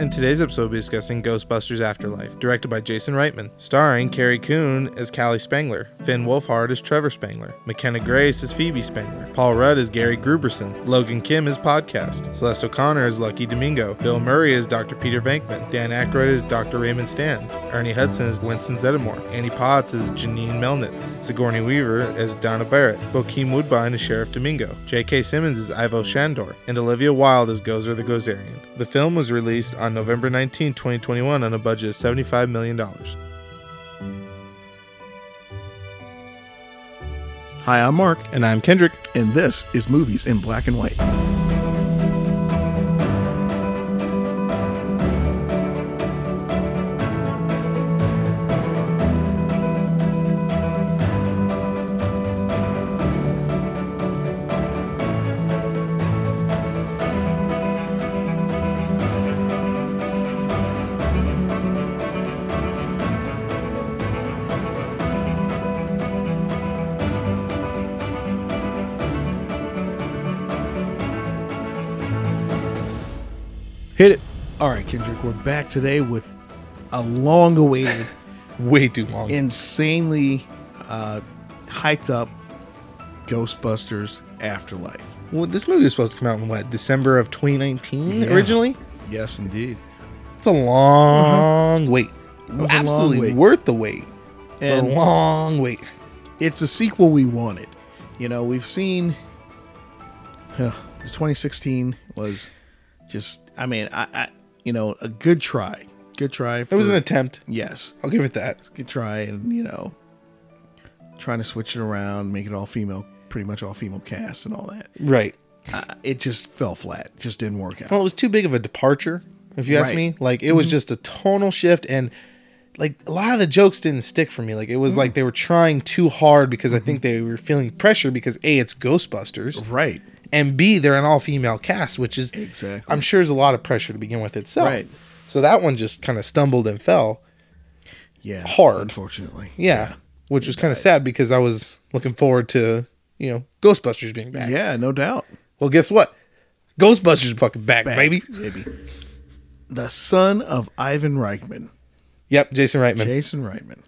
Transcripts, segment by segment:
In today's episode, we'll be discussing Ghostbusters Afterlife, directed by Jason Reitman, starring Carrie Coon as Callie Spangler, Finn Wolfhard as Trevor Spangler, McKenna Grace as Phoebe Spangler, Paul Rudd as Gary Gruberson, Logan Kim as Podcast, Celeste O'Connor as Lucky Domingo, Bill Murray as Dr. Peter Venkman, Dan Aykroyd as Dr. Raymond Stans, Ernie Hudson as Winston Zeddemore, Annie Potts as Janine Melnitz, Sigourney Weaver as Donna Barrett, Bokeem Woodbine as Sheriff Domingo, J.K. Simmons as Ivo Shandor, and Olivia Wilde as Gozer the Gozerian. The film was released on November 19, 2021, on a budget of $75 million. Hi, I'm Mark, And I'm Kendrick. and this is Movies in Black and White. Hit it. All right, Kendrick, we're back today with a long awaited, Way too long. insanely uh, hyped up Ghostbusters Afterlife. Well, this movie was supposed to come out in what, December of 2019 Yeah. originally? Yes, indeed. It's a long wait. was a Absolutely long Uh-huh. wait. worth the wait. But a And- long wait. It's a sequel we wanted. You know, we've seen. Huh, 2016 was just, I mean, I, I, you know, a good try. Good try. For, It was an attempt. Yes. I'll give it that. could try and you know trying to switch it around make it all female pretty much all female cast and all that Right. uh, it just fell flat It just didn't work out Well, it was too big of a departure, if you ask Right. Mm-hmm. me. Like it was just a tonal shift and like a lot of the jokes didn't stick for me. Like it was Mm. like they were trying too hard because Mm-hmm. I think they were feeling pressure because A, it's Ghostbusters. right and B, they're an all female cast, which is Exactly. I'm sure is a lot of pressure to begin with itself. Right. So that one just kind of stumbled and fell. yeah Hard. unfortunately Yeah, which was kind of sad because I was looking forward to you know Ghostbusters being back. yeah no doubt Well, guess what? Ghostbusters is fucking back, baby. baby the son of Ivan Reichman Yep, Jason Reitman. Jason Reitman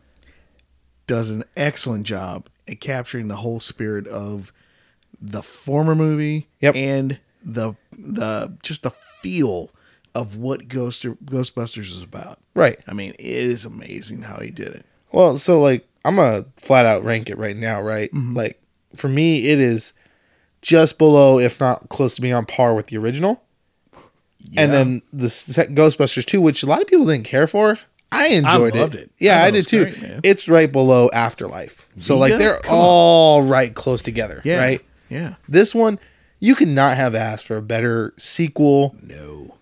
does an excellent job at capturing the whole spirit of the former movie Yep. and the the just the feel of what Ghost Ghostbusters is about. right. I mean, it is amazing how he did it. Well, so like I'm gonna flat out rank it right now, right? Mm-hmm. Like for me, it is just below, if not close to being on par with the original. And then the se- Ghostbusters 2, which a lot of people didn't care for. I enjoyed loved it. it. I Yeah, thought I, it did was too. great, man. it's right below Afterlife. So Yeah, like they're come on. all right close together, yeah, right? Yeah. This one you could not have asked for a better sequel, No.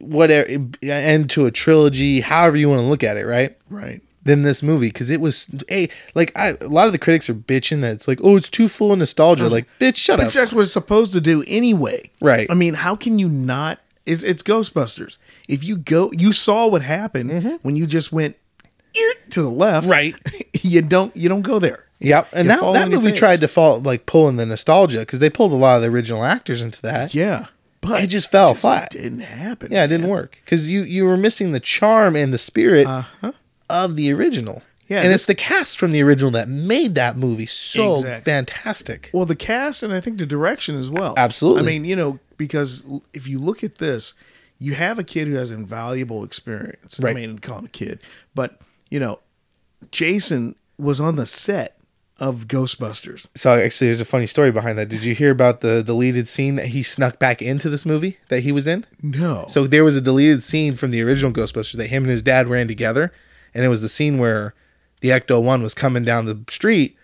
whatever, end to a trilogy, however you want to look at it, right? Right. than this movie because it was a like I, a lot of the critics are bitching that it's like oh it's too full of nostalgia Uh-huh. like bitch shut But up that's what it's supposed to do anyway. Right. I mean, how can you not? It's, it's Ghostbusters. If you go, you saw what happened when you just went eer, to the left. Mm-hmm. Right. You don't. You don't go there. yep and You that, fall that on your movie face. tried to fall like pull in the nostalgia because they pulled a lot of the original actors into that Yeah. But It just fell flat. Didn't happen. yeah it didn't work because you you were missing the charm and the spirit of the original Uh-huh. Yeah, and this- it's the cast from the original that made that movie so Exactly. fantastic Well, the cast and I think the direction as well. Absolutely. I mean, you know, because l- if you look at this, you have a kid who has invaluable experience. Right. I mean, call him a kid, but you know, Jason was on the set of Ghostbusters. so actually there's a funny story behind that did you hear about the deleted scene that he snuck back into this movie that he was in No. So there was a deleted scene from the original Ghostbusters that him and his dad ran together, and it was the scene where the Ecto One was coming down the street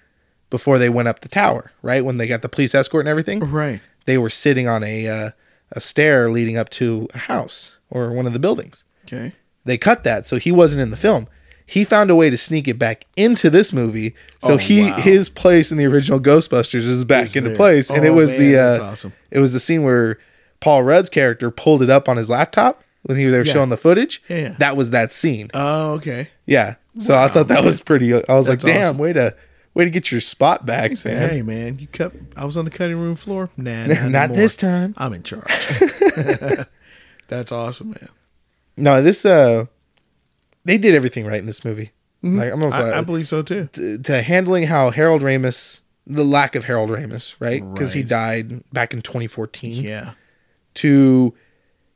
before they went up the tower. Right when they got the police escort and everything, right. they were sitting on a uh, a stair leading up to a house or one of the buildings. Okay. They cut that, so he wasn't in the film. He found a way to sneak it back into this movie, so Oh, he wow. his place in the original Ghostbusters is back Is into there. place, and it Oh, was man, the that's uh, awesome. it was the scene where Paul Rudd's character pulled it up on his laptop when he they were showing the footage. Yeah, yeah. That was that scene. Oh, okay. yeah, so I thought that was pretty. I was like, That's damn, awesome. way to way to get your spot back, man. Hey, man, you cut. I was on the cutting room floor. Nah, not, Not anymore. this time. I'm in charge. That's awesome, man. No, this uh, they did everything right in this movie. Like I'm gonna fly, Mm-hmm. I, I believe so too. to, to handling how Harold Ramis, the lack of Harold Ramis, right? Because he Right. died back in 2014. Yeah. To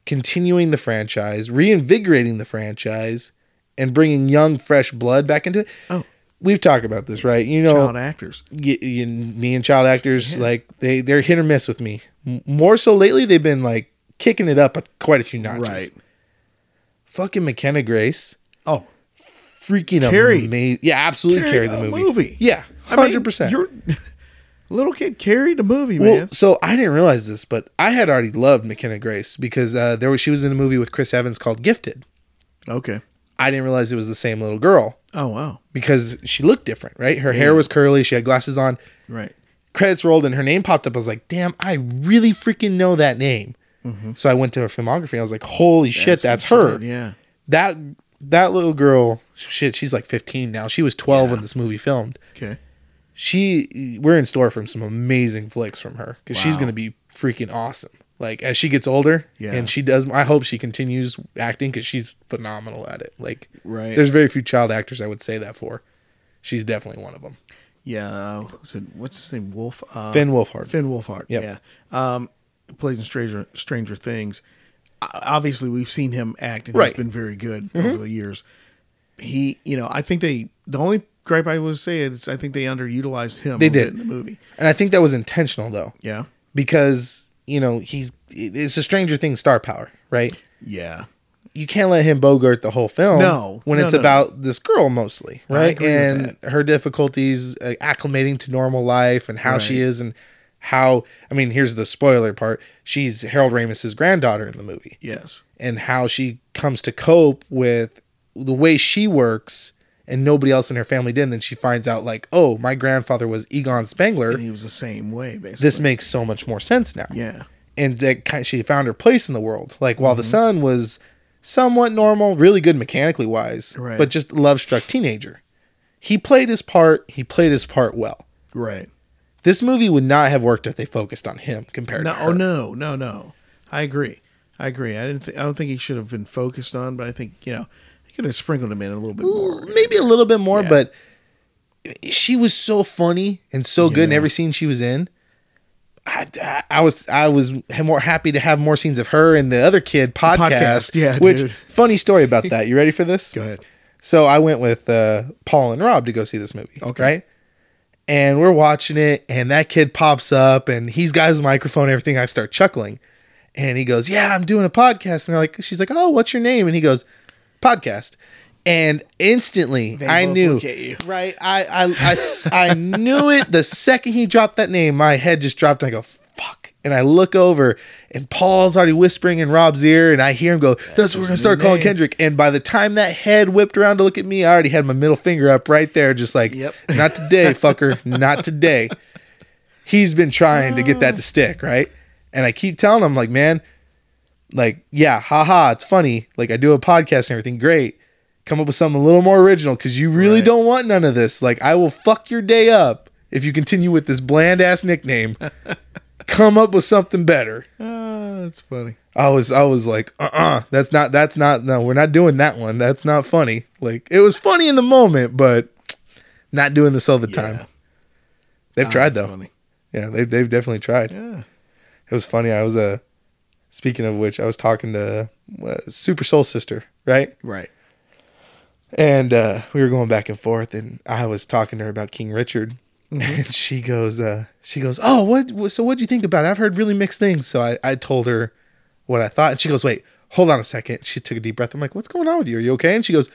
continuing the franchise, reinvigorating the franchise, and bringing young, fresh blood back into it. Oh. We've talked about this, right? You know, Child actors. y- y- me and child actors like they they're hit or miss with me. M- More so lately, they've been like kicking it up quite a few notches. Right. Fucking McKenna Grace, Oh, freaking Carried. amazing. Yeah, absolutely carried, Carried a the movie. movie. Yeah, I mean, hundred percent. you're- Little kid carried a movie, Well, man. so I didn't realize this, but I had already loved McKenna Grace because uh, there was she was in a movie with Chris Evans called Gifted. Okay. I didn't realize it was the same little girl Oh wow. because she looked different, right? Her hair was curly, she had glasses on. Right. Credits rolled and her name popped up. I was like, "Damn, I really freaking know that name." So I went to her filmography. I was like, "Holy shit, that's her." Yeah. That that little girl, shit, she's like 15 now. She was 12 when this movie filmed. Okay. she we're in store from some amazing flicks from her because she's Wow. going to be freaking awesome like as she gets older Yeah. and she does i hope she continues acting because she's phenomenal at it like Right. there's very few child actors i would say that for she's definitely one of them Yeah. Uh, was it- what's his name? Wolf. Uh, finn wolfhard Finn Wolfhard. Yep. Yeah. Um, plays in Stranger Stranger Things. O- Obviously, we've seen him act, and Right. Mm-hmm. he's been very good over the years. He, you know, I think they. The only gripe I would say is I think they underutilized him. They a bit did. in the movie. and i think that was intentional though Yeah. because you know he's it's a stranger things star power right Yeah. you can't let him bogart the whole film. No, when no, it's no, about this girl mostly, right? agree with And her difficulties uh, acclimating to normal life and how she Right. is and how. I mean, here's the spoiler part: she's Harold Ramis's granddaughter in the movie, Yes. and how she comes to cope with the way she works. And nobody else in her family did. And then she finds out, like, oh, my grandfather was Egon Spengler. And he was the same way, basically. Er. This makes so much more sense now Yeah. and that kind she found her place in the world. Like while Mm-hmm. the son was somewhat normal, really good mechanically wise, Right. but just love struck teenager. He played his part. He played his part well. Right. This movie would not have worked if they focused on him compared No. to her. Oh no. No. No. I agree. I agree. I didn't. Th- I don't think he should have been focused on, but I think you know he could have sprinkled him in a little bit more. maybe a little bit more, Yeah. but she was so funny and so good in Yeah. every scene she was in. I, I- I was I was more happy to have more scenes of her and the other kid podcast. podcast, yeah, which dude. funny story about that. You ready for this? Go ahead. So I went with uh, Paul and Rob to go see this movie. Okay. Right. And we're watching it, and that kid pops up, and he's got his microphone, and everything. I start chuckling, and he goes, "Yeah, I'm doing a podcast." And they're like, "She's like, oh, what's your name?" And he goes, "Podcast." And instantly, I both knew, look at you. right? I I, I s- I knew it the second he dropped that name. My head just dropped. And I go, "Fuck!" And I look over, and Paul's already whispering in Rob's ear, and I hear him go, "That's what we're gonna his start new calling name." Kendrick." Kendrick, And by the time that head whipped around to look at me, I already had my middle finger up right there, just like, Yep. not today, fucker, not today. He's been trying to get that to stick, right? And I keep telling him, like, man, like, yeah, haha, it's funny. Like, I do a podcast and everything, great. Come up with something a little more original because you really Right. don't want none of this. Like, I will fuck your day up if you continue with this bland ass nickname. Come up with something better. Ah, that's funny. I was I was like, uh uh that's not that's not no, we're not doing that one. That's not funny. Like it was funny in the moment, but not doing this all the time. They've Ah, tried that's though. funny. Yeah, they've they've definitely tried. Yeah. It was funny. I was uh speaking of which, I was talking to uh, Super Soul Sister, right? Right. And uh, we were going back and forth, and I was talking to her about King Richard, Mm-hmm. and she goes, uh, she goes, oh, what? So what do you think about? it? I've heard really mixed things. So I, I told her what I thought, and she goes, wait, hold on a second. She took a deep breath. I'm like, what's going on with you? Are you okay? And she goes,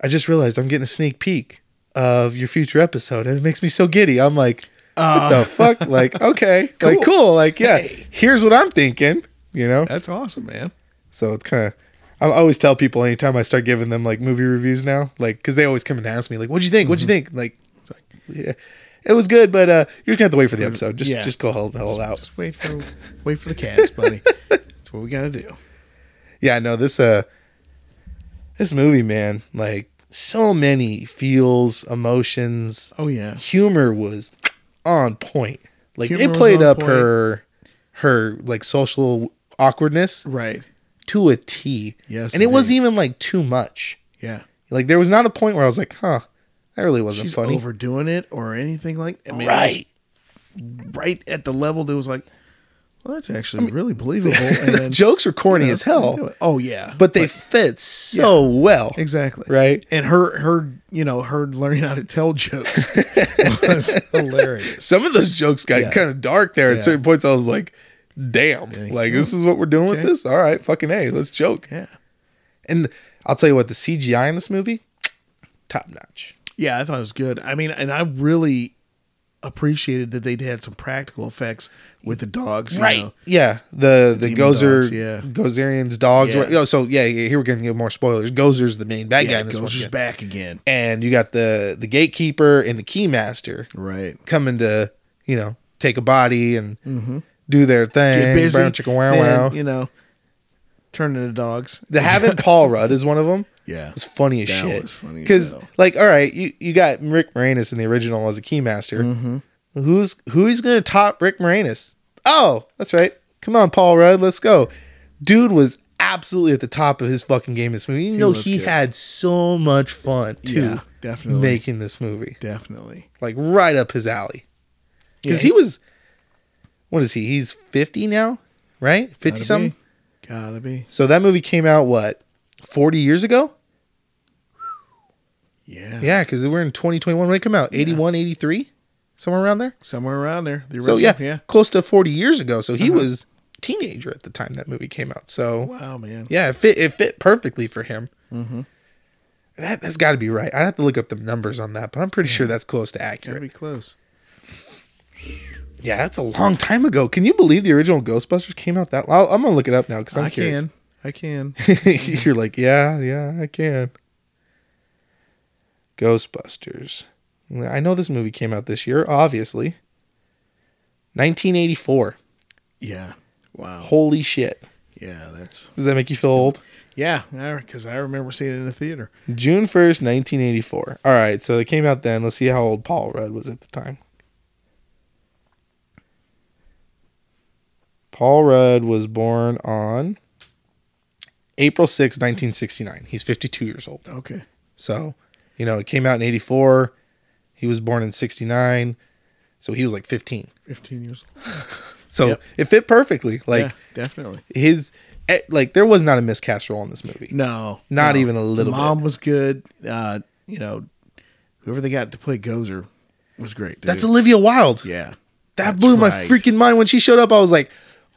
I just realized I'm getting a sneak peek of your future episode, and it makes me so giddy. I'm like, what the fuck? Like, okay, like Uh. Cool. cool, like yeah. Hey. Here's what I'm thinking, you know. That's awesome, man. So it's kind of. I always tell people anytime I start giving them like movie reviews now, like because they always come and ask me like, "What'd you think? What'd you Mm-hmm. think?" Like, it's like, yeah, it was good, but uh, you're just gonna have to wait for the episode. Just yeah. just go hold the hell out. Just wait for wait for the cast, buddy. That's what we gotta do. Yeah, no, this uh, this movie, man, like so many feels, emotions, Oh yeah. humor was on point. Like Humor it was played on up point. her her like social awkwardness Right. to a T. Yes, And it it wasn't even like too much. Yeah. Like there was not a point where I was like, huh, that really wasn't She's funny. overdoing it or anything like I mean, it was right. right at the level that was like, well, that's actually really believable. And then, Jokes were corny as do hell, it. Oh yeah, but they fit so well. exactly Right. And her her you know her learning how to tell jokes was hilarious. Some of those jokes got Yeah. kind of dark there at Yeah. certain points. I was like, damn, like this is what we're doing with okay. this. All right, fucking hey, let's joke. Yeah, And I'll tell you what, the CGI in this movie, top notch. yeah, I thought it was good. I mean, and I really appreciated that they'd had some practical effects with the dogs. You know. Yeah. The the Demon Gozer dogs, yeah. Gozerian's dogs. Yeah. were- oh, so yeah, yeah, here we're gonna get more spoilers. Gozer's the main bad guy Yeah, in this one. goes just yeah. back again. And you got the the gatekeeper and the keymaster Right. coming to, you know, take a body and do their thing. Mm-hmm. Get busy. Brown chicken wow then, wow. You know, turn into dogs. The having Paul Rudd is one of them. Yeah. It's funny as That shit. was funny as Because hell. like, all right, you, you got Rick Moranis in the original as a keymaster. Mm-hmm. Who's who's gonna top Rick Moranis? Oh, that's right. Come on, Paul Rudd, let's go. Dude was absolutely at the top of his fucking game in this movie. You know was he good. had so much fun too Yeah, definitely. making this movie. Definitely. Like right up his alley. Because he, Yeah, was what is he? He's fifty now, right? Fifty Gotta something? be. Gotta be. So that movie came out what, forty years ago? Yeah. Yeah, because we're in 2021 when it came out, 81, 83, somewhere around there. Somewhere around there. The So original. yeah, yeah. Uh-huh. close to 40 years ago. So he was teenager at the time that movie came out. So Wow, man. yeah, it fit it fit perfectly for him. Mm-hmm. That that's got to be right. I'd have to look up the numbers on that, but I'm pretty sure that's close to Gotta accurate. be close. yeah, that's a long time ago. Can you believe the original Ghostbusters came out that? I'll, I'm gonna look it up now because I'm i curious. can. I can. You're like, yeah, yeah, I can. Ghostbusters. I know this movie came out this year, obviously. 1984. yeah. Wow. Holy shit. Yeah, that's. Does that make you feel old? Yeah, because I remember seeing it in the theater. June 1st, 1984. All right, so it came out then. Let's see how old Paul Rudd was at the time. Paul Rudd was born on April 6, 1969. He's 52 years old. Okay. So, you know, it came out in 84. He was born in 69. So he was like 15. 15 years old. So Yep. it fit perfectly. Like yeah, definitely. his eh, like there was not a miscast role in this movie. No. Not no. even a little The Mom was good. Uh, you know, whoever they got to play Gozer was great. Dude. That's Olivia Wilde. Yeah. that That's blew my right. freaking mind when she showed up. I was like,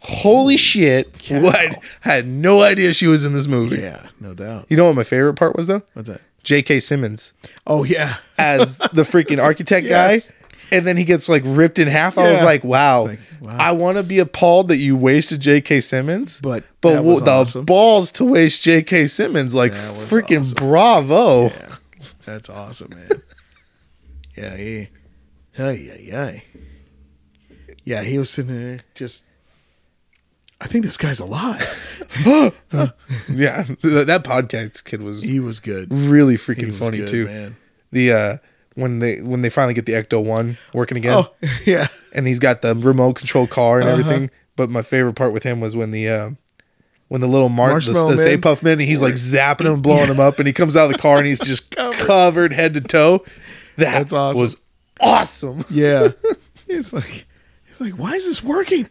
"Holy shit. What? I had no idea she was in this movie." Yeah, no doubt. You know what my favorite part was though? What's that? J.K. Simmons Oh, yeah. as the freaking architect Yes. guy. And then he gets like ripped in half. I was Yeah. like, wow, It's like, wow. I want to be appalled that you wasted J.K. Simmons, But but that wo- was the awesome. balls to waste J.K. Simmons, like That was freaking bravo. Yeah. That's awesome, man. yeah, he. Hey, yeah, yeah. Yeah, he was sitting there just. I think this guy's alive. Yeah, Th- that podcast kid was He was good. really freaking was funny good, too. man. The uh, when they when they finally get the Ecto One working again, Oh, Uh-huh. yeah. and he's got the remote control car and everything. But my favorite part with him was when the uh, when the little Mark, the, Marshmallow the Stay Man. Puff Man, he's like zapping him, blowing him up, and he comes out of the car and he's just covered. head to toe. That That's awesome. was awesome. Yeah. it's like. He's like, why is this working?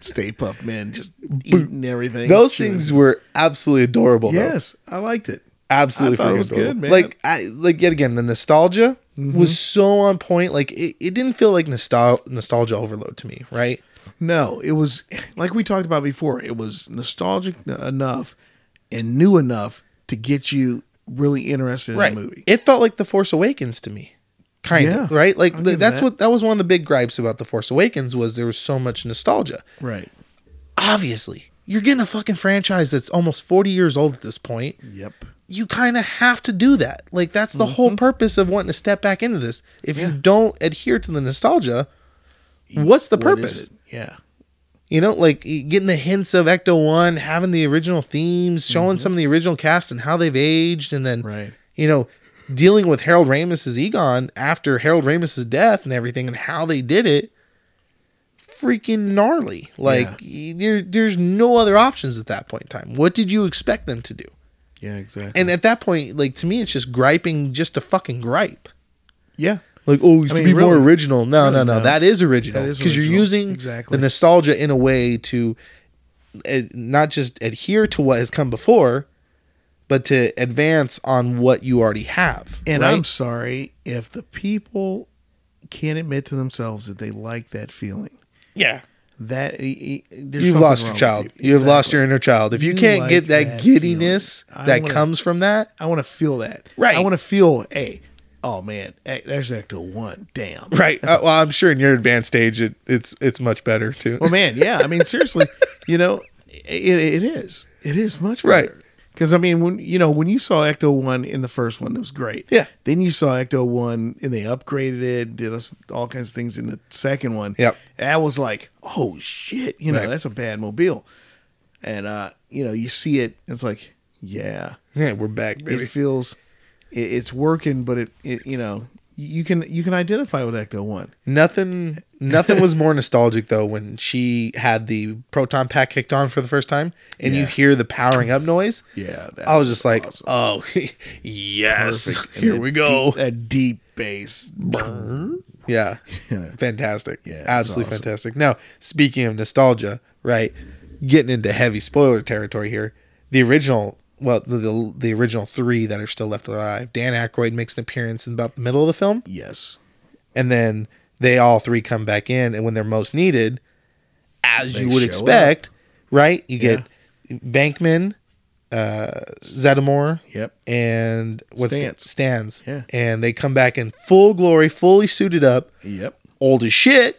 Stay puff, man. Just eating everything. Those chewing. things were absolutely adorable. though. Yes, I liked it. absolutely I thought it freaking was adorable. good, man. Mm-hmm. Like I like yet again, the nostalgia was so on point. Like it, it didn't feel like nostal- nostalgia overload to me, right? No, it was like we talked about before. It was nostalgic n- enough and new enough to get you really interested in the movie. It felt like The Force Awakens to me. Kind of, Yeah, right? Like I'll th- give that's that. what that was one of the big gripes about The Force Awakens was there was so much nostalgia. Right. Obviously, you're getting a fucking franchise that's almost 40 years old at this point. Yep. You kind of have to do that. Like that's the Mm-hmm. whole purpose of wanting to step back into this. If you don't adhere to the nostalgia, what's the What is purpose? it? Yeah. You know, like e, getting the hints of Ecto One, having the original themes, showing some of the original cast and how they've aged, and then Right. you know, dealing with Harold Ramis's Egon after Harold Ramis's death and everything, and how they did it. freaking gnarly. Like y- there, there's no other options at that point in time. What did you expect them to do? Yeah, exactly. And at that point, like to me, it's just griping, just to fucking gripe. yeah, Like, oh, you should mean, be more really- original. No, no, no, no. That is original That is because you're original. using Exactly. the nostalgia in a way to uh, not just adhere to what has come before, but to advance on what you already have. and right? I'm sorry if the people can't admit to themselves that they like that feeling. yeah. That e- e- there's You've something lost wrong your with child. you. You have lost Exactly. your inner child. If you, You can't like get that, that giddiness feeling. I that wanna- comes from that, I want to feel that. Right. I want to feel. Hey, oh man, hey, there's Ecto One. Damn. right? Uh, well, I'm sure in your advanced stage, it, it's it's much better too. Well, Oh, man, yeah. I mean, seriously, you know, it, it is. It is much Right. better. Because I mean, when you know when you saw Ecto One in the first one, it was great. Yeah. Then you saw Ecto One, and they upgraded it, did us all kinds of things in the second one. Yep. That was like, oh shit, you know, Right. that's a bad mobile. And uh, you know, you see it, it's like, yeah, yeah, we're back, baby. it feels, it, it's working, but it, it, you know, you can you can identify with Ecto One. Nothing nothing was more nostalgic though when she had the proton pack kicked on for the first time and you Yeah. hear the powering up noise. Yeah. That I was just like, "Oh, yes. Perfect. And Here that we go." Deep, that deep bass. Yeah. Yeah. Fantastic. Yeah, it was Absolutely awesome. fantastic. Now, speaking of nostalgia, right? Getting into heavy spoiler territory here. The original, well, the the, the original 3 that are still left alive. Dan Aykroyd makes an appearance in about the middle of the film. Yes. and then they all three come back in and when they're most needed as They you would show expect right you get Bankman uh Zeddemore Yep. and what's Stans. the, Stans Yeah. and they come back in full glory fully suited up Yep. old as shit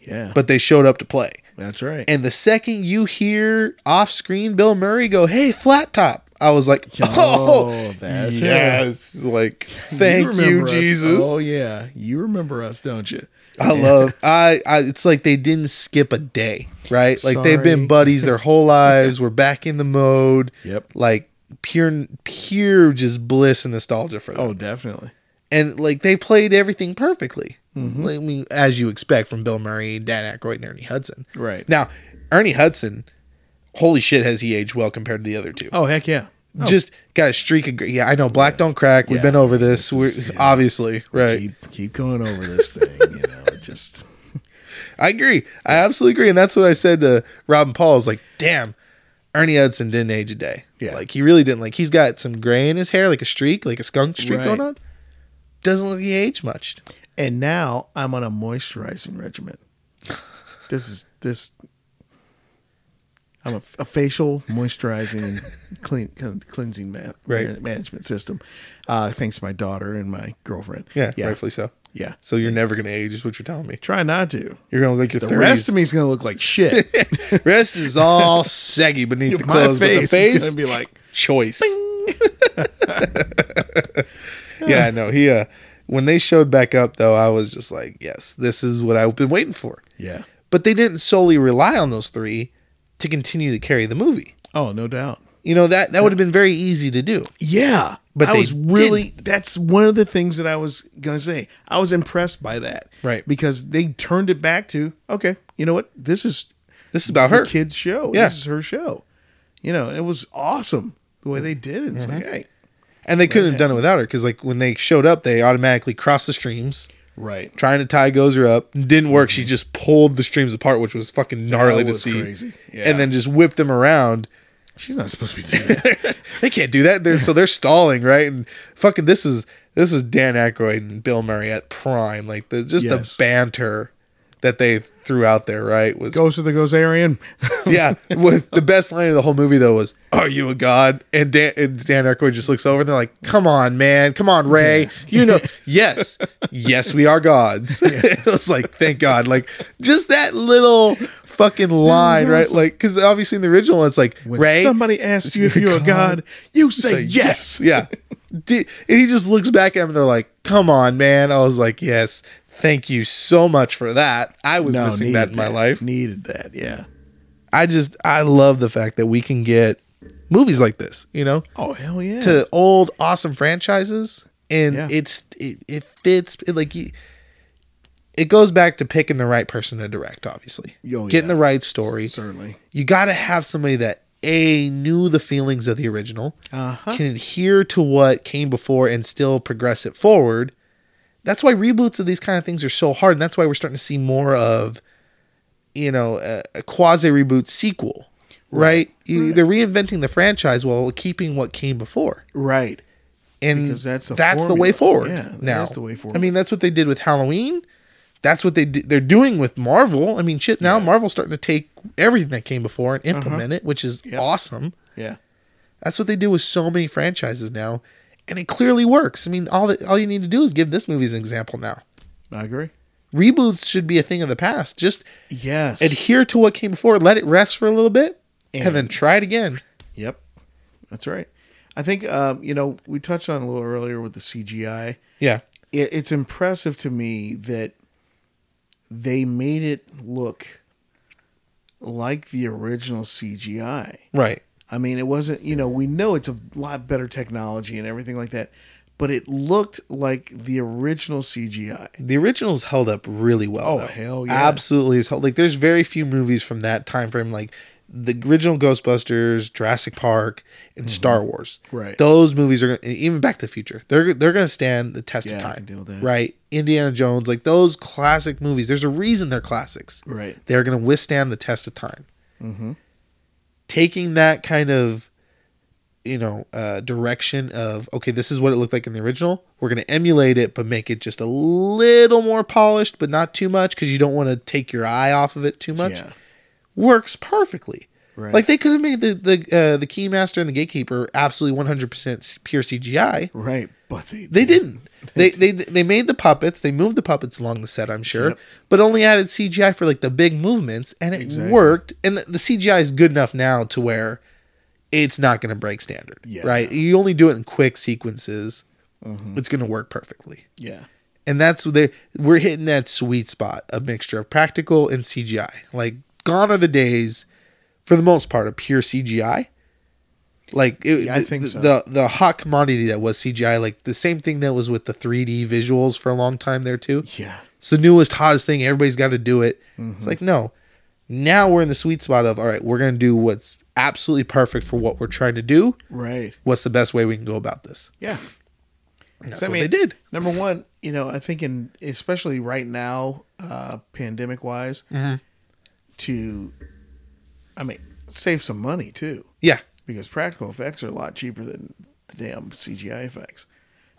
Yeah. but they showed up to play that's right. and the second you hear off screen Bill Murray go hey flat top I was like Yo, oh that's it. yes like thank you, remember us. Jesus Oh yeah, you remember us, don't you? I love I, I it's like they didn't skip a day, right? Like they've been Sorry. buddies their whole lives. We're back in the mode. Yep. Like pure pure just bliss and nostalgia for them. Oh, definitely. And like they played everything perfectly. Mm-hmm. Like, I mean, as you expect from Bill Murray, Dan Aykroyd, and Ernie Hudson. Right. Now, Ernie Hudson, holy shit has he aged well compared to the other two. Oh heck yeah. Oh, Just got a streak of gr- yeah, I know black don't crack. We've Yeah. been over this. We're is- yeah. obviously, right. keep keep going over this thing. You know, it just I agree. I absolutely agree. And that's what I said to Robin Paul is like, damn, Ernie Hudson didn't age a day. Yeah. Like he really didn't. Like he's got some gray in his hair, like a streak, like a skunk streak Right. going on. Doesn't look he aged much. and now I'm on a moisturizing regimen. This is this. I'm a, a facial moisturizing clean cleansing ma- Right. management system, uh, thanks to my daughter and my girlfriend. Yeah, yeah, rightfully so. yeah. So you're never gonna age, is what you're telling me. Try not to. You're gonna look your The 30s. rest of me is gonna look like shit. Rest is all saggy beneath the My clothes, but the face is face gonna be like, choice. yeah, no, he uh when they showed back up though, I was just like, yes, this is what I've been waiting for. yeah. but they didn't solely rely on those three to continue to carry the movie. Oh, no doubt. You know that that would have been very easy to do. Yeah, But I they was really that's one of the things that I was gonna say. I was impressed by that, Right. Because they turned it back to okay, you know what? This is This is about her her. kid's show. Yeah. This is her show. You know, and it was awesome the way they did it. It's like Mm-hmm. hey, And they couldn't have done it without her because, like, when they showed up, they automatically crossed the streams, right. trying to tie Gozer up. Didn't work. She just pulled the streams apart, which was fucking gnarly That was to see. crazy. Yeah. And then just whipped them around. She's not supposed to be doing that. they can't do that. They're, so they're stalling, right? And fucking this is this was Dan Aykroyd and Bill Murray at prime. Like the just Yes. the banter that they threw out there, right? Was Goes to the Gozerian. yeah. With the best line of the whole movie though was, "Are you a god?" And Dan, and Dan Aykroyd just looks over and they're like, "Come on, man! Come on, Ray! You know, yes, yes, we are gods." it was like, thank God, like just that little fucking line, right? Like, because obviously in the original, it's like When Ray. somebody asks you if your you're a god, god, you say, say yes. yeah. D- And he just looks back at him and they're like, "Come on, man!" I was like, "Yes." Thank you so much for that. I was missing that needed in my life. Needed that, yeah. I just I love the fact that we can get movies like this, you know, Oh hell yeah. to old awesome franchises, and Yeah. it's it, it fits it, like you, it goes back to picking the right person to direct, obviously. Oh, Getting yeah. the right story. Certainly. You got to have somebody that A, knew the feelings of the original, Uh-huh. can adhere to what came before and still progress it forward. That's why reboots of these kind of things are so hard. And that's why we're starting to see more of, you know, a, a quasi reboot sequel, right? You, They're reinventing the franchise while keeping what came before Right. and Because that's the way formula. forward. Yeah, that now is the way forward. I mean, that's what they did with Halloween. That's what they do, they're doing with Marvel. I mean, shit. Now Marvel's starting to take everything that came before and Uh-huh. implement it, which is awesome. Yeah. That's what they do with so many franchises now, and it clearly works. I mean, all that all you need to do is give this movie as an example now. I agree. Reboots should be a thing of the past. Just Yes. adhere to what came before, let it rest for a little bit, and, And- then try it again. Yep, that's right. I think um, you know we touched on it a little earlier with the CGI. Yeah, It, it's impressive to me that they made it look like the original CGI. right. I mean, it wasn't you know we know it's a lot better technology and everything like that, but it looked like the original CGI. The originals held up really well. Oh, though. hell yeah. Absolutely, is held like there's very few movies from that time frame like the original Ghostbusters, Jurassic Park, and Star Wars. Mm-hmm. Right. those movies are gonna, e, even Back to the Future. They're they're gonna stand the test Yeah, of I time. can deal with that. Right, Indiana Jones, like those classic movies. There's a reason they're classics. Right. Mm-hmm. They're gonna withstand the test of time. Taking that kind of you know uh, direction of okay this is what it looked like in the original we're going to emulate it but make it just a little more polished but not too much because you don't want to take your eye off of it too much Yeah. works perfectly Right. like they could have made the the uh, the keymaster and the gatekeeper absolutely 100% pure cgi Right, but they they didn't they, they they made the puppets they moved the puppets along the set i'm sure but only added cgi for like the big movements and it Exactly. worked and the, the cgi is good enough now to where it's not going to break standard Yeah. right you only do it in quick sequences it's going to work perfectly Mm-hmm. Yeah, and that's what they we're hitting that sweet spot a mixture of practical and cgi like gone are the days for the most part of pure cgi like it, Yeah, I the- think the, so. the the hot commodity that was cgi like the same thing that was with the 3d visuals for a long time there too yeah, it's the newest hottest thing everybody's got to do it Mm-hmm. it's like no now we're in the sweet spot of all right we're going to do what's absolutely perfect for what we're trying to do right. what's the best way we can go about this Yeah. And that's So, I what mean, they did Number one, you know, I think in especially right now, uh, pandemic wise, Mm-hmm. to, I mean, save some money too yeah because practical effects are a lot cheaper than the damn CGI effects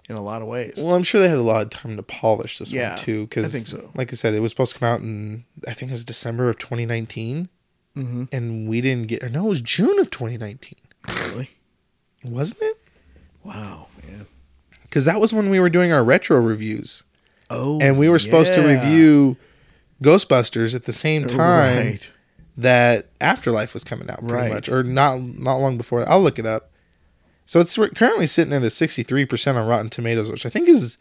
in a lot of ways. Well, I'm sure they had a lot of time to polish this Yeah, one too, because I think so. Like I said, it was supposed to come out in I think it was December of 2019, Mm-hmm. and we didn't get. Or no, it was June of 2019, really? wasn't it? Wow, man. Because that was when we were doing our retro reviews, Oh, and we were supposed to yeah. review Ghostbusters at the same time Right. that Afterlife was coming out, pretty Right. much, or not not long before. I'll look it up. So it's we're currently sitting at a 63% on Rotten Tomatoes, which I think is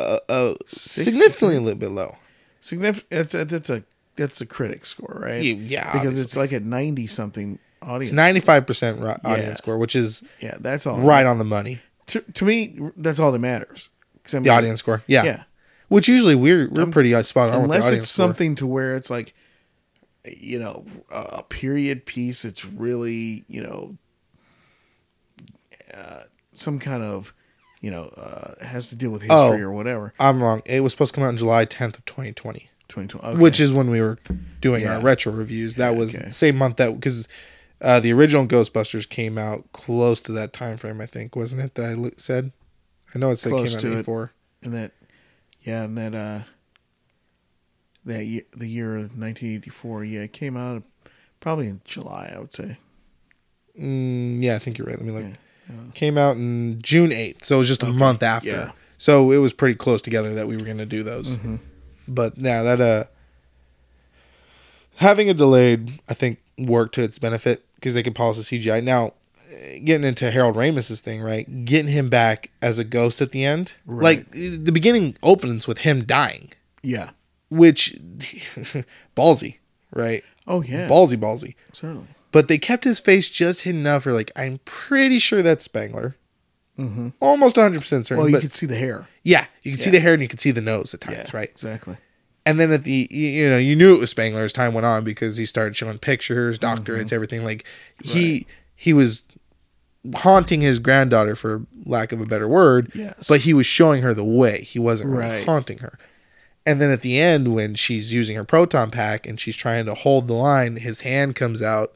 uh, uh, significantly a little bit low. Significant. That's, that's that's a that's a critic score, right? Yeah, yeah, because it's like a ninety something audience. It's ninety five percent audience Yeah. score, which is yeah, that's all. right on the money. To, to me, that's all that matters. 'Cause I The mean, audience score, yeah, Yeah. Um, Which usually we're we're pretty uh, spot on with the unless audience it's score. something to where it's like you know a a period piece it's really you know uh, some kind of you know uh, has to deal with history Oh. or whatever I'm wrong. It was supposed to come out in July tenth of twenty twenty, 2020 okay. which is when we were doing our Yeah. retro reviews. That was okay. the same month that because uh, the original Ghostbusters came out close to that time frame. I think wasn't it that I lo- said? I know it said Close it came to out it. eighty four. and that yeah and that uh that year, the year of 1984 yeah it came out probably in july i would say Mm, yeah, I think you're right. Let me look. Yeah, Came out in June 8th, so it was just a month after. yeah. Mm-hmm. So it was pretty close together that we were going to do those. But now that uh having it delayed, I think worked to its benefit because they could polish the CGI. Now, eh, getting into Harold Ramis's thing, right? Getting him back as a ghost at the end. Like eh, the beginning opens with him dying, yeah which ballsy, right? oh yeah Ballsy ballsy certainly but they kept his face just hidden enough. You're like, I'm pretty sure that's Spangler. Mm-hmm. Almost 100 percent certain. well you but could see the hair yeah, you can see the hair and you can see the nose at times, right? exactly And then at the you- you know you knew it was Spangler as time went on because he started showing pictures, doctorates, Mm-hmm. everything. Like he he was haunting his granddaughter for lack of a better word. Yes. But he was showing her the way. He wasn't really Right. haunting her. And then at the end, when she's using her proton pack and she's trying to hold the line, his hand comes out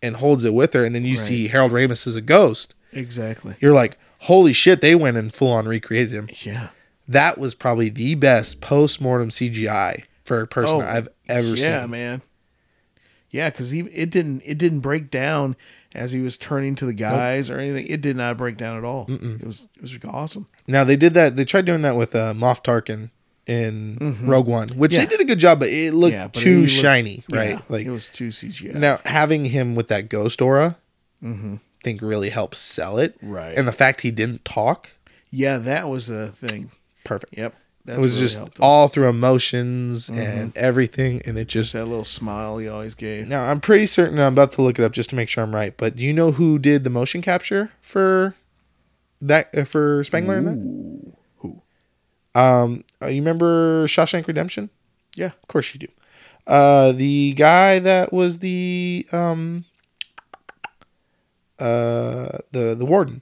and holds it with her. And then you see Harold Ramis as a ghost. Exactly. You're like, holy shit, they went and full on recreated him Yeah. that was probably the best post-mortem CGI for a person I've ever Oh, yeah, seen. man. Yeah, because it didn't it didn't break down as he was turning to the guys or anything. It did not break down at all. It was it was awesome. Now they did that. They tried doing that with uh, Moff Tarkin in Rogue One, which they Mm-hmm. Yeah. did a good job, but it looked Yeah, but too it looked- shiny, right? Yeah, like it was too CGI. now having him with that ghost aura, Mm-hmm. I think really helps sell it. Right. and the fact he didn't talk, yeah, that was the thing. perfect. Yep, that it was really just helped him. Mm-hmm. all through emotions and everything, and it just that little smile he always gave. Now I'm pretty certain I'm about to look it up just to make sure I'm right. But do you know who did the motion capture for that uh, for Spangler? and that? Ooh, who? Um, uh, you remember Shawshank Redemption? Yeah, Of course you do. Uh, the guy that was the um, uh, the the warden,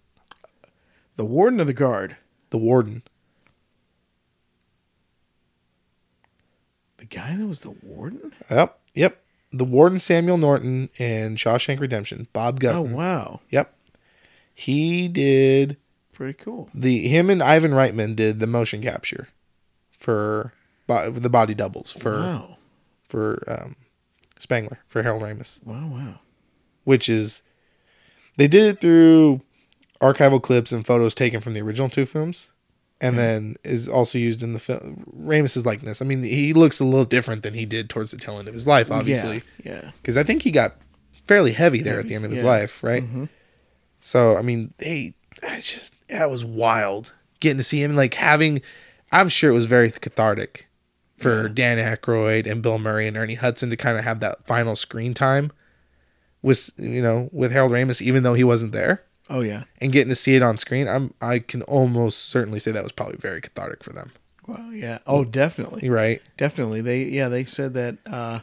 the warden of the guard, the warden. the guy that was the warden. Yep, yep. The warden Samuel Norton in Shawshank Redemption. Bob Oh Gutton. wow, Yep, he did pretty cool. the him and Ivan Reitman did the motion capture for bo- the body doubles for Wow, for um, Spangler for Harold Ramis, wow, wow. which is they did it through archival clips and photos taken from the original two films, and Hmm. then is also used in the film Ramis's likeness. I mean, he looks a little different than he did towards the tail end of his life, obviously, yeah, yeah. because I think he got fairly heavy there at the end of his yeah. Mm. Mm-hmm. life, right? So I mean, they I just that was wild getting to see him like having. I'm sure it was very cathartic for Dan Aykroyd and Bill Murray and Ernie Hudson to kind of have that final screen time with you know with Harold Ramis, even though he wasn't there, Oh yeah, and getting to see it on screen. I'm I can almost certainly say that was probably very cathartic for them, wow, yeah. Oh, definitely. You're right? Definitely. They yeah, they said that uh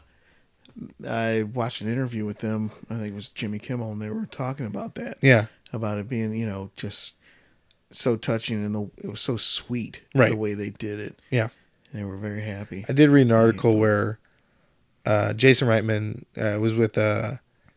I watched an interview with them, I think it was Jimmy Kimmel and they were talking about that. Yeah, About it being, you know, just so touching and the it was so sweet Right. the way they did it. yeah. And they were very happy. I did read an article where uh, Jason Reitman uh, was with uh,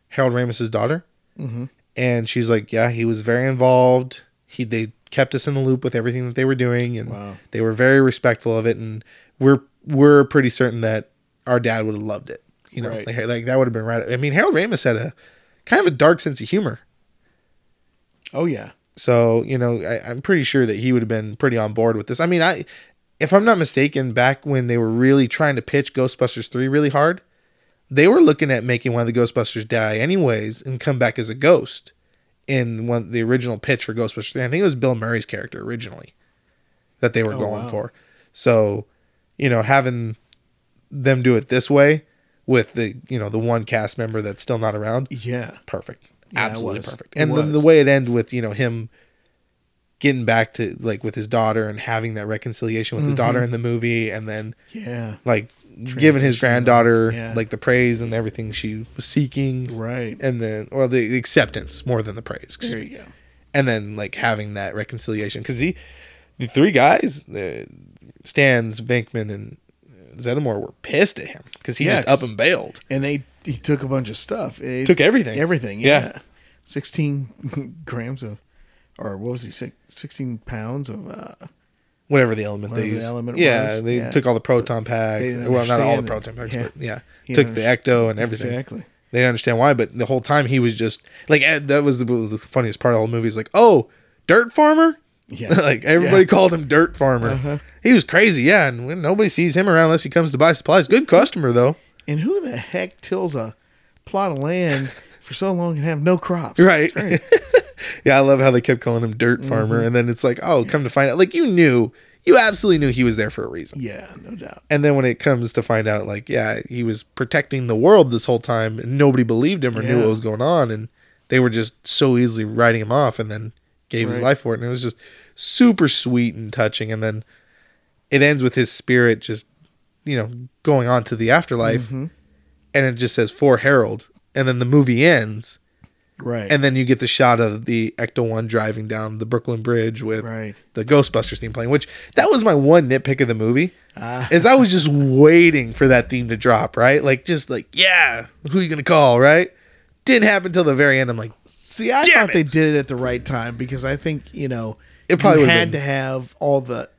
Harold Ramis's daughter, Mm-hmm. and she's like, "Yeah, he was very involved. He they kept us in the loop with everything that they were doing, and Wow. they were very respectful of it. And we're we're pretty certain that our dad would have loved it. You know, Right. like, like that would have been right. I mean, Harold Ramis had a kind of a dark sense of humor." Oh yeah. So, you know, I, I'm pretty sure that he would have been pretty on board with this. I mean, I if I'm not mistaken, back when they were really trying to pitch Ghostbusters 3 really hard, they were looking at making one of the Ghostbusters die anyways and come back as a ghost in one the original pitch for Ghostbusters 3. I think it was Bill Murray's character originally that they were going wow. for. So, you know, having them do it this way with the, you know, the one cast member that's still not around Yeah. perfect. Yeah, it Absolutely was. perfect. It And then the was. way it ended with, you know, him getting back to like with his daughter and having that reconciliation with his Mm-hmm. daughter in the movie and then Yeah. like giving his granddaughter yeah. like the praise and everything she was seeking. Right. And then or the the acceptance more than the praise. There you go. And then like having that reconciliation cuz he the three guys, uh, Stans, Venkman and Zeddemore were pissed at him cuz he Yeah, just up 'cause- and bailed. And they he took a bunch of stuff. It- Took everything. Everything, yeah. Yeah. Sixteen grams of or what was he six- sixteen pounds of uh whatever the element they Whatever the used. element yeah, was, they yeah. took all the proton packs. didn't Well, not all the proton understand it. packs, Yeah. but yeah, He took didn't the ecto and everything. Exactly. They didn't understand why, but the whole time he was just like eh, that was the, the funniest part of the whole movie. Is like, oh, dirt farmer. Yeah. like everybody Yeah. Uh-huh. called him dirt farmer. He was crazy. Yeah, and when nobody sees him around unless he comes to buy supplies. Good customer though. And who the heck tills a plot of land for so long and have no crops? Right. That's right. Mm-hmm. yeah, I love how they kept calling him dirt farmer, and then it's like, oh, come to find out, like you knew, you absolutely knew he was there for a reason. Yeah, no doubt. And then when it comes to find out, like, yeah, he was protecting the world this whole time, and nobody believed him or knew Yeah. what was going on, and they were just so easily writing him off, and then gave his Right. life for it, and it was just super sweet and touching. And then it ends with his spirit just you know, going on to the afterlife, Mm-hmm. and it just says for Harold, and then the movie ends, Right. and then you get the shot of the Ecto One driving down the Brooklyn Bridge with Right. the Ghostbusters theme playing. Which that was my one nitpick of the movie, Ah. is I was just waiting for that theme to drop. Right, like just like yeah, who you gonna call? Right, didn't happen till the very end. I'm like, See, I Damn thought they did it at the right time because I think you know It probably you would've had been- to have all the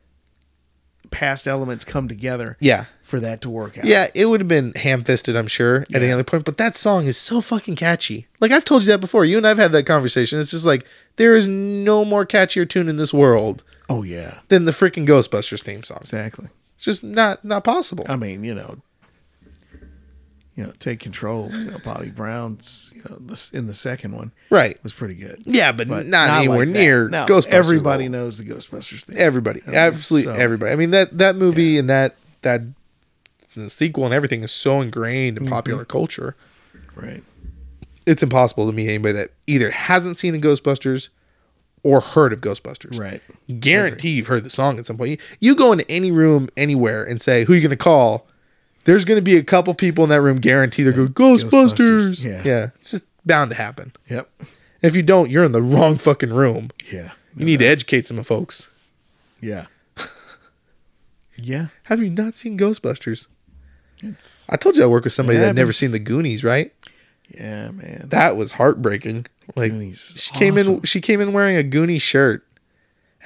past elements come together yeah. for that to work out. Yeah, it would have been ham fisted, I'm sure, at any other point, but that song is so fucking catchy. Like, I've told you that before. You and I've had that conversation. It's just like, there is no more catchier tune in this world Oh yeah, than the freaking Ghostbusters theme song. exactly. It's just not not possible. I mean, you know, you know, take control. You know, Bobby Brown's you know this in the second one right. was pretty good. Yeah, but, But not, like anywhere that. near No, Ghostbusters. Everybody level. knows the Ghostbusters thing. Everybody. Absolutely so- everybody. I mean, that, that movie and that, that the sequel and everything is so ingrained Mm-hmm. in popular culture. right. It's impossible to meet anybody that either hasn't seen a Ghostbusters or heard of Ghostbusters. Right. guarantee you've heard the song at some point. You, you go into any room anywhere and say, "Who you going to call?" There's going to be a couple people in that room guarantee they're going Ghostbusters. Ghostbusters, yeah. it's just bound to happen. Yep. If you don't, you're in the wrong fucking room. Yeah. You need to educate some folks. Yeah. yeah. Have you not seen Ghostbusters? It's I told you I work with somebody It that had never happens. seen the Goonies, right? yeah, man. That was heartbreaking. Like Goonies is she came in awesome. she came in wearing a Goonie shirt.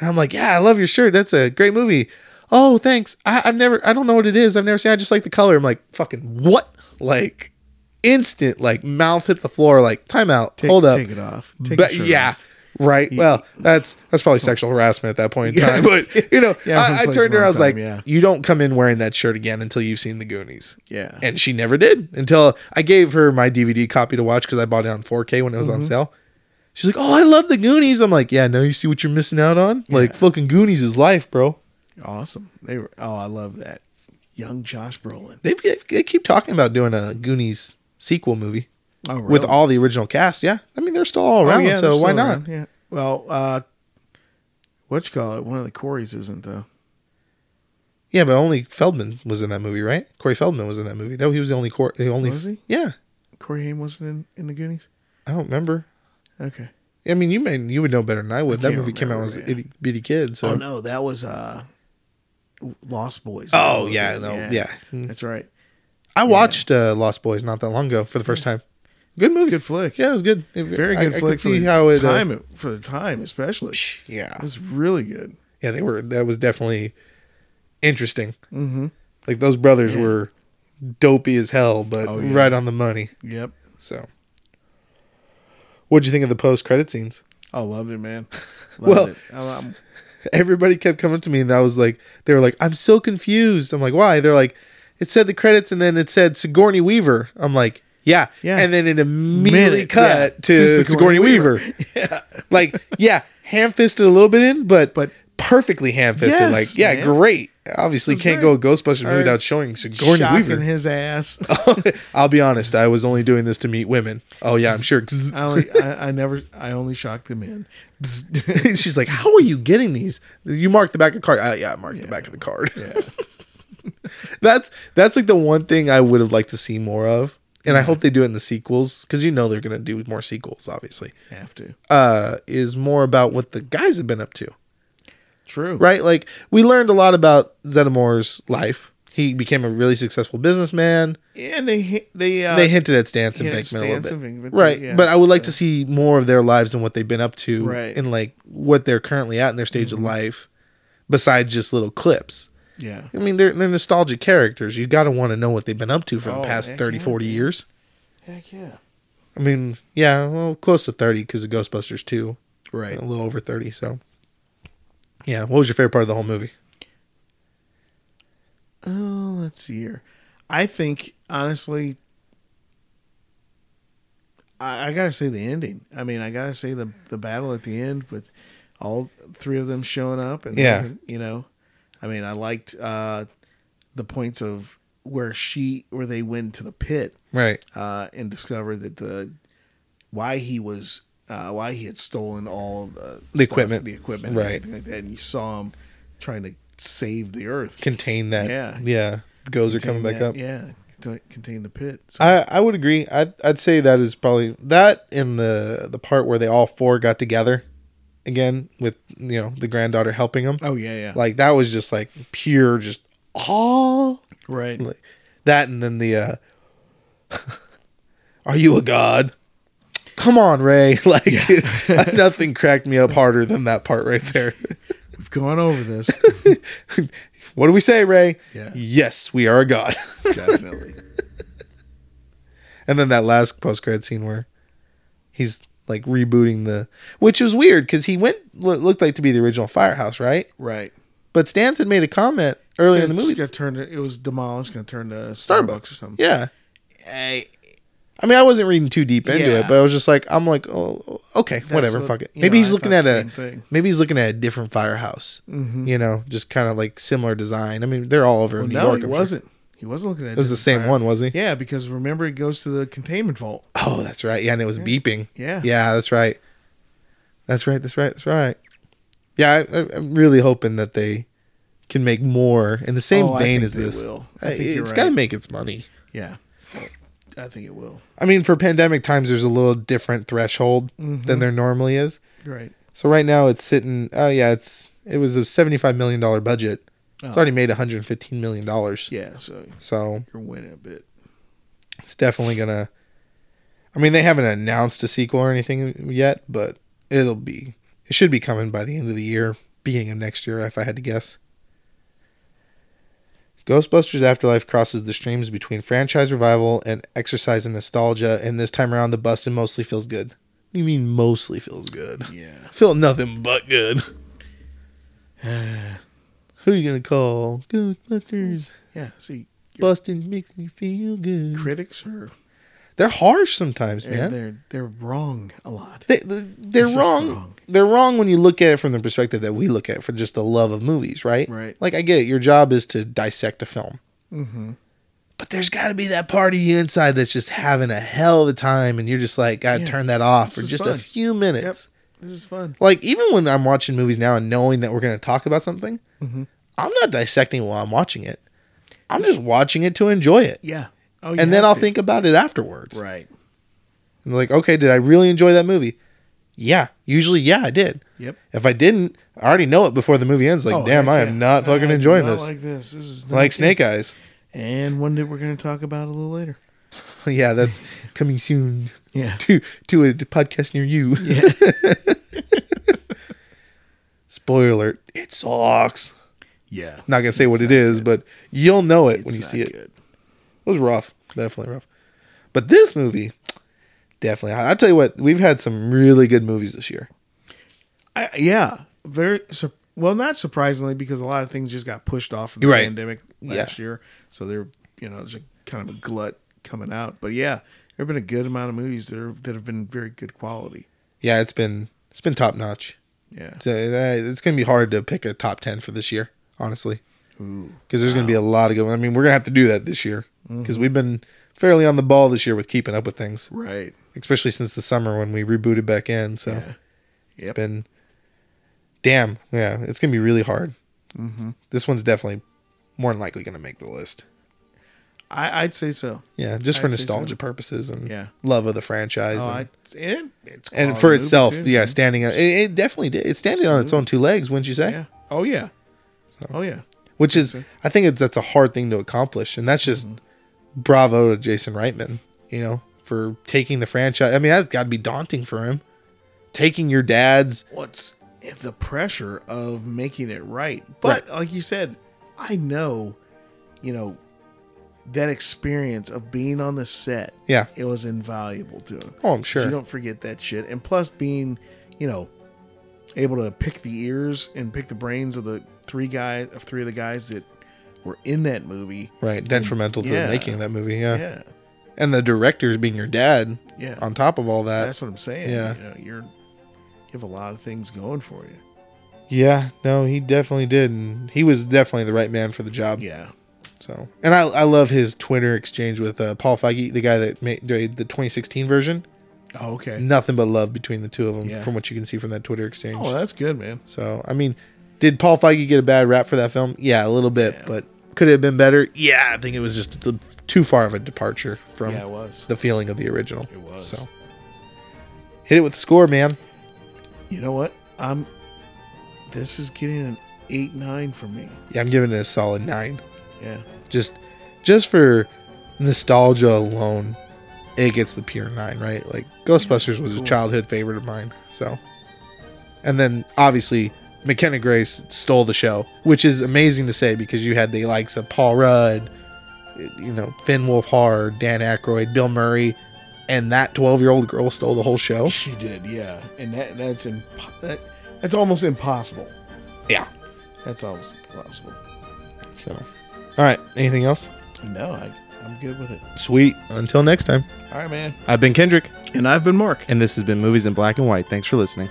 And I'm like, Yeah, I love your shirt. That's a great movie. Oh, thanks. I, I've never I don't know what it is. I've never seen I just like the color. I'm like, fucking what? Like instant, like mouth hit the floor, like timeout. Take- hold up. Take it off. Take but the shirt yeah. off. Right. Well, that's that's probably sexual harassment at that point in Yeah. time. But you know, Yeah, from I, I place turned to her. I one was like, time, yeah. "You don't come in wearing that shirt again until you've seen the Goonies." Yeah. And she never did until I gave her my DVD copy to watch because I bought it on 4K when it was Mm-hmm. on sale. She's like, "Oh, I love the Goonies." I'm like, "Yeah, now you see what you're missing out on. Like, fucking Goonies is life, bro." Awesome. They were. Oh, I love that. Young Josh Brolin. They, they keep talking about doing a Goonies sequel movie Oh, really? with all the original cast. Yeah, I mean they're still all Oh, around, yeah, so they're why still not? around, Yeah. Well, uh, what you call it? One of the Corys isn't though. Yeah, but only Feldman was in that movie, right? Corey Feldman was in that movie. That he was the only Cor- the only. Was he? Yeah, Corey Haim wasn't in, in the Goonies. I don't remember. Okay. I mean, you may you would know better than I would. that can't movie came out when I was remember, an yeah. itty bitty kid. So Oh no, that was uh, Lost Boys. Oh, yeah, Mm. no, yeah. That's right. I watched uh, Lost Boys not that long ago for the first time. Good movie. Mm. Good flick. Yeah, it was good. It- Very I- good I flick. could for see the how it. uh, time for the time especially. yeah, It was really good. yeah, they were. That was definitely interesting. Mm-hmm. Like those brothers were dopey as hell, but Oh, yeah. right on the money. Yep. So, what'd you think of the post credit scenes? I loved it, man. Loved Well, it. I'm- I'm- Everybody kept coming to me, and that was like, they were like, "I'm so confused." I'm like, "Why?" They're like, "It said the credits, and then it said Sigourney Weaver." I'm like, "Yeah, Yeah. And then it immediately Minute, cut yeah, to, Sigourney, Weaver. yeah. like yeah ham fisted a little bit in but But- perfectly ham fisted Yes, like yeah man. great obviously That's can't great. go a ghostbusters movie Or without showing sigourney Shocking weaver his ass. i'll be honest i was only doing this to meet women oh yeah i'm sure I, only, I, I never. I only shocked the men. Bzz. she's like how are you getting these you marked the back of the card "Ah, yeah i marked the back of the card that's that's like the one thing i would have liked to see more of and i hope they do it in the sequels because you know they're going to do more sequels obviously Have to. uh is more about what the guys have been up to True. right? Like we learned a lot about Zedamore's life. He became a really successful businessman. And they hi- they uh, they hinted at Stance and yeah, Vinkman a little Stance bit, and Vinkman, right? yeah. But I would like to see more of their lives and what they've been up to, Right. Mm-hmm. and like what they're currently at in their stage of life, besides just little clips. yeah. I mean, they're, they're nostalgic characters. You got to want to know what they've been up to for Oh, the past heck 30, yeah. 40 years. Heck yeah. I mean, yeah, well, close to 30 because of Ghostbusters 2, Right. a little over 30. So, yeah, what was your favorite part of the whole movie? Oh, let's see here. I think honestly, I, I gotta say the ending. I mean, I gotta say the the battle at the end with all three of them showing up, and Yeah. you know, I mean, I liked uh, the points of where she where they went to the pit Right. uh, and discovered that the why he was uh, why he had stolen all of the, The equipment. the equipment, and Right. everything like that, and you saw him trying to save the earth. contain that. Yeah. Yeah. goes are coming back Yeah, up. Yeah, to contain the pit. So, I, I would agree. I'd, I'd say that is probably that in the the part where they all four got together again with you know the granddaughter helping them. oh yeah, yeah, Like that was just like pure just oh right. like that and then the uh are you a god? Come on, Ray. Like nothing cracked me up harder than that part right there. We've gone over this what do we say, Ray? Yeah. Yes, we are a god. definitely. And then that last post credit scene where he's like rebooting the, which was weird because he went lo- looked like to be the original firehouse, right? Right. But Stans had made a comment earlier in the movie. got turned. It was demolished. Going to turn to Starbucks, Starbucks or something. Yeah, I- I mean, I wasn't reading too deep into Yeah. it, but I was just like, I'm like, oh, okay, whatever, what- fuck it. you Maybe know, he's I looking thought at the a, same thing. Mm-hmm. maybe he's looking at a different firehouse. You know, just kind of like similar design. I mean, they're all over New no, York. he I'm sure. wasn't. He wasn't looking at. It was the same one, was he? Yeah, because remember, it goes to the containment vault. Oh, that's right. Yeah, and it was beeping. Yeah. Yeah, that's right. That's right. That's right. That's right. Yeah, I, I, I'm really hoping that they can make more in the same Oh, I vein think as they this. will. Uh, I think It's you're got to right. make its money. Yeah, I think it will. I mean, for pandemic times, there's a little different threshold Mm-hmm. than there normally is. Right. So right now, it's sitting. Oh yeah, it's it was a 75 million dollar budget. It's Oh. already made 115 million dollars. Yeah. So So you're winning a bit. it's definitely gonna. I mean, they haven't announced a sequel or anything yet, but it'll be. It should be coming by the end of the year, beginning of next year, if I had to guess. Ghostbusters Afterlife crosses the streams between franchise revival and exercise and nostalgia, and this time around, the bustin' mostly feels good. What do you mean mostly feels good? Yeah. Feel nothing but good. Who you gonna call? Ghostbusters. Yeah. See, Bustin' makes me feel good. critics are They're harsh sometimes, they're man. they're, they're wrong a lot. they, they're just wrong. wrong. They're wrong when you look at it from the perspective that we look at it for just the love of movies, right? Right. Like I get it. Your job is to dissect a film, Mm-hmm. but there's got to be that part of you inside that's just having a hell of a time, and you're just like, gotta Yeah. turn that off This for is just a fun. few Yep. minutes. This is fun. Like even when I'm watching movies now and knowing that we're gonna talk about something, Mhm. I'm not dissecting while I'm watching it. I'm just watching it to enjoy it, Yeah. Oh, you and then have I'll to. think about it afterwards. Right. And like, okay, did I really enjoy that movie? Yeah, usually, yeah, I did. Yep. If I didn't, I already know it before the movie ends. Like, Oh, damn, heck I yeah. am not fucking I do enjoying not this. Like, Like this. This is not Snake Eyes. And one that we're going to talk about a little later. yeah, that's coming soon Yeah. to to a podcast near you. Yeah. Spoiler alert: It sucks. yeah. Not gonna say what it is, but you'll know it It's when you not see it. good. It was rough, definitely rough. But this movie, definitely. I I tell you what, we've had some really good movies this year. I, yeah. Very. Sur- well, not surprisingly, because a lot of things just got pushed off from the Right. pandemic Yeah. last year. So they're, you know, there's a kind of a glut coming out. But yeah, there have been a good amount of movies that, are, that have been very good quality. Yeah, it's been it's been top notch. Yeah. So that, it's gonna be hard to pick a top ten for this year, honestly. Ooh. because there's going to be a lot of good. ones. I mean, we're going to have to do that this year because Mm-hmm. we've been fairly on the ball this year with keeping up with things, Right. especially since the summer when we rebooted back in. So Yeah. it's Yep. been damn, yeah, it's going to be really hard. Mm-hmm. This one's definitely more than likely going to make the list. I, I'd say so. Yeah, just for I'd say nostalgia so. purposes and Yeah. love of the franchise Oh, and, I, and it's and quality for movie, itself. too. Mm-hmm. yeah, standing it, it definitely did. It's standing on its own two legs, wouldn't you say? Yeah. Oh yeah. Oh yeah. Which is, I think it's, that's a hard thing to accomplish, and that's just Mm-hmm. bravo to Jason Reitman, you know, for taking the franchise. I mean, that's got to be daunting for him, taking your dad's. What's the pressure of making it right? But like you said, I know, you know, that experience of being on the set. Yeah. It was invaluable to him. Oh, I'm 'Cause sure. You don't forget that shit. And plus being, you know, able to pick the ears and pick the brains of the three guys of three of the guys that were in that movie. Right, detrimental to Yeah. the making of that movie, yeah. Yeah. And the director's being your dad, Yeah. On top of all that, That's what I'm saying. yeah. You know, you're you have a lot of things going for you. yeah, no, he definitely did, and he was definitely the right man for the job. Yeah. So, and I, I love his Twitter exchange with uh, Paul Feige, the guy that made made the 2016 version. Oh, okay. Nothing but love between the two of them, Yeah. from what you can see from that Twitter exchange. Oh, that's good, man. So I mean, did Paul Feige get a bad rap for that film? Yeah, a little bit, but Could it have been better? Yeah, I think it was just the, too far of a departure from Yeah, it was. the feeling of the original. It was. So hit it with the score, man. You know what? I'm. This is getting an eight nine for me. Yeah, I'm giving it a solid nine. Yeah. Just just for nostalgia alone, it gets the pure nine, right? Like Ghostbusters was a Cool. childhood favorite of mine. So and then obviously McKenna Grace stole the show, which is amazing to say because you had the likes of Paul Rudd, you know, Finn Wolfhard, Dan Aykroyd, Bill Murray, and that 12 year old girl stole the whole show. She did. Yeah. And that that's imp- that, that's almost impossible. Yeah. That's almost impossible. So, all right. Anything else? No, I, I'm good with it. Sweet. Until next time, All right, man. I've been Kendrick, And I've been Mark. and this has been Movies in Black and White. Thanks for listening.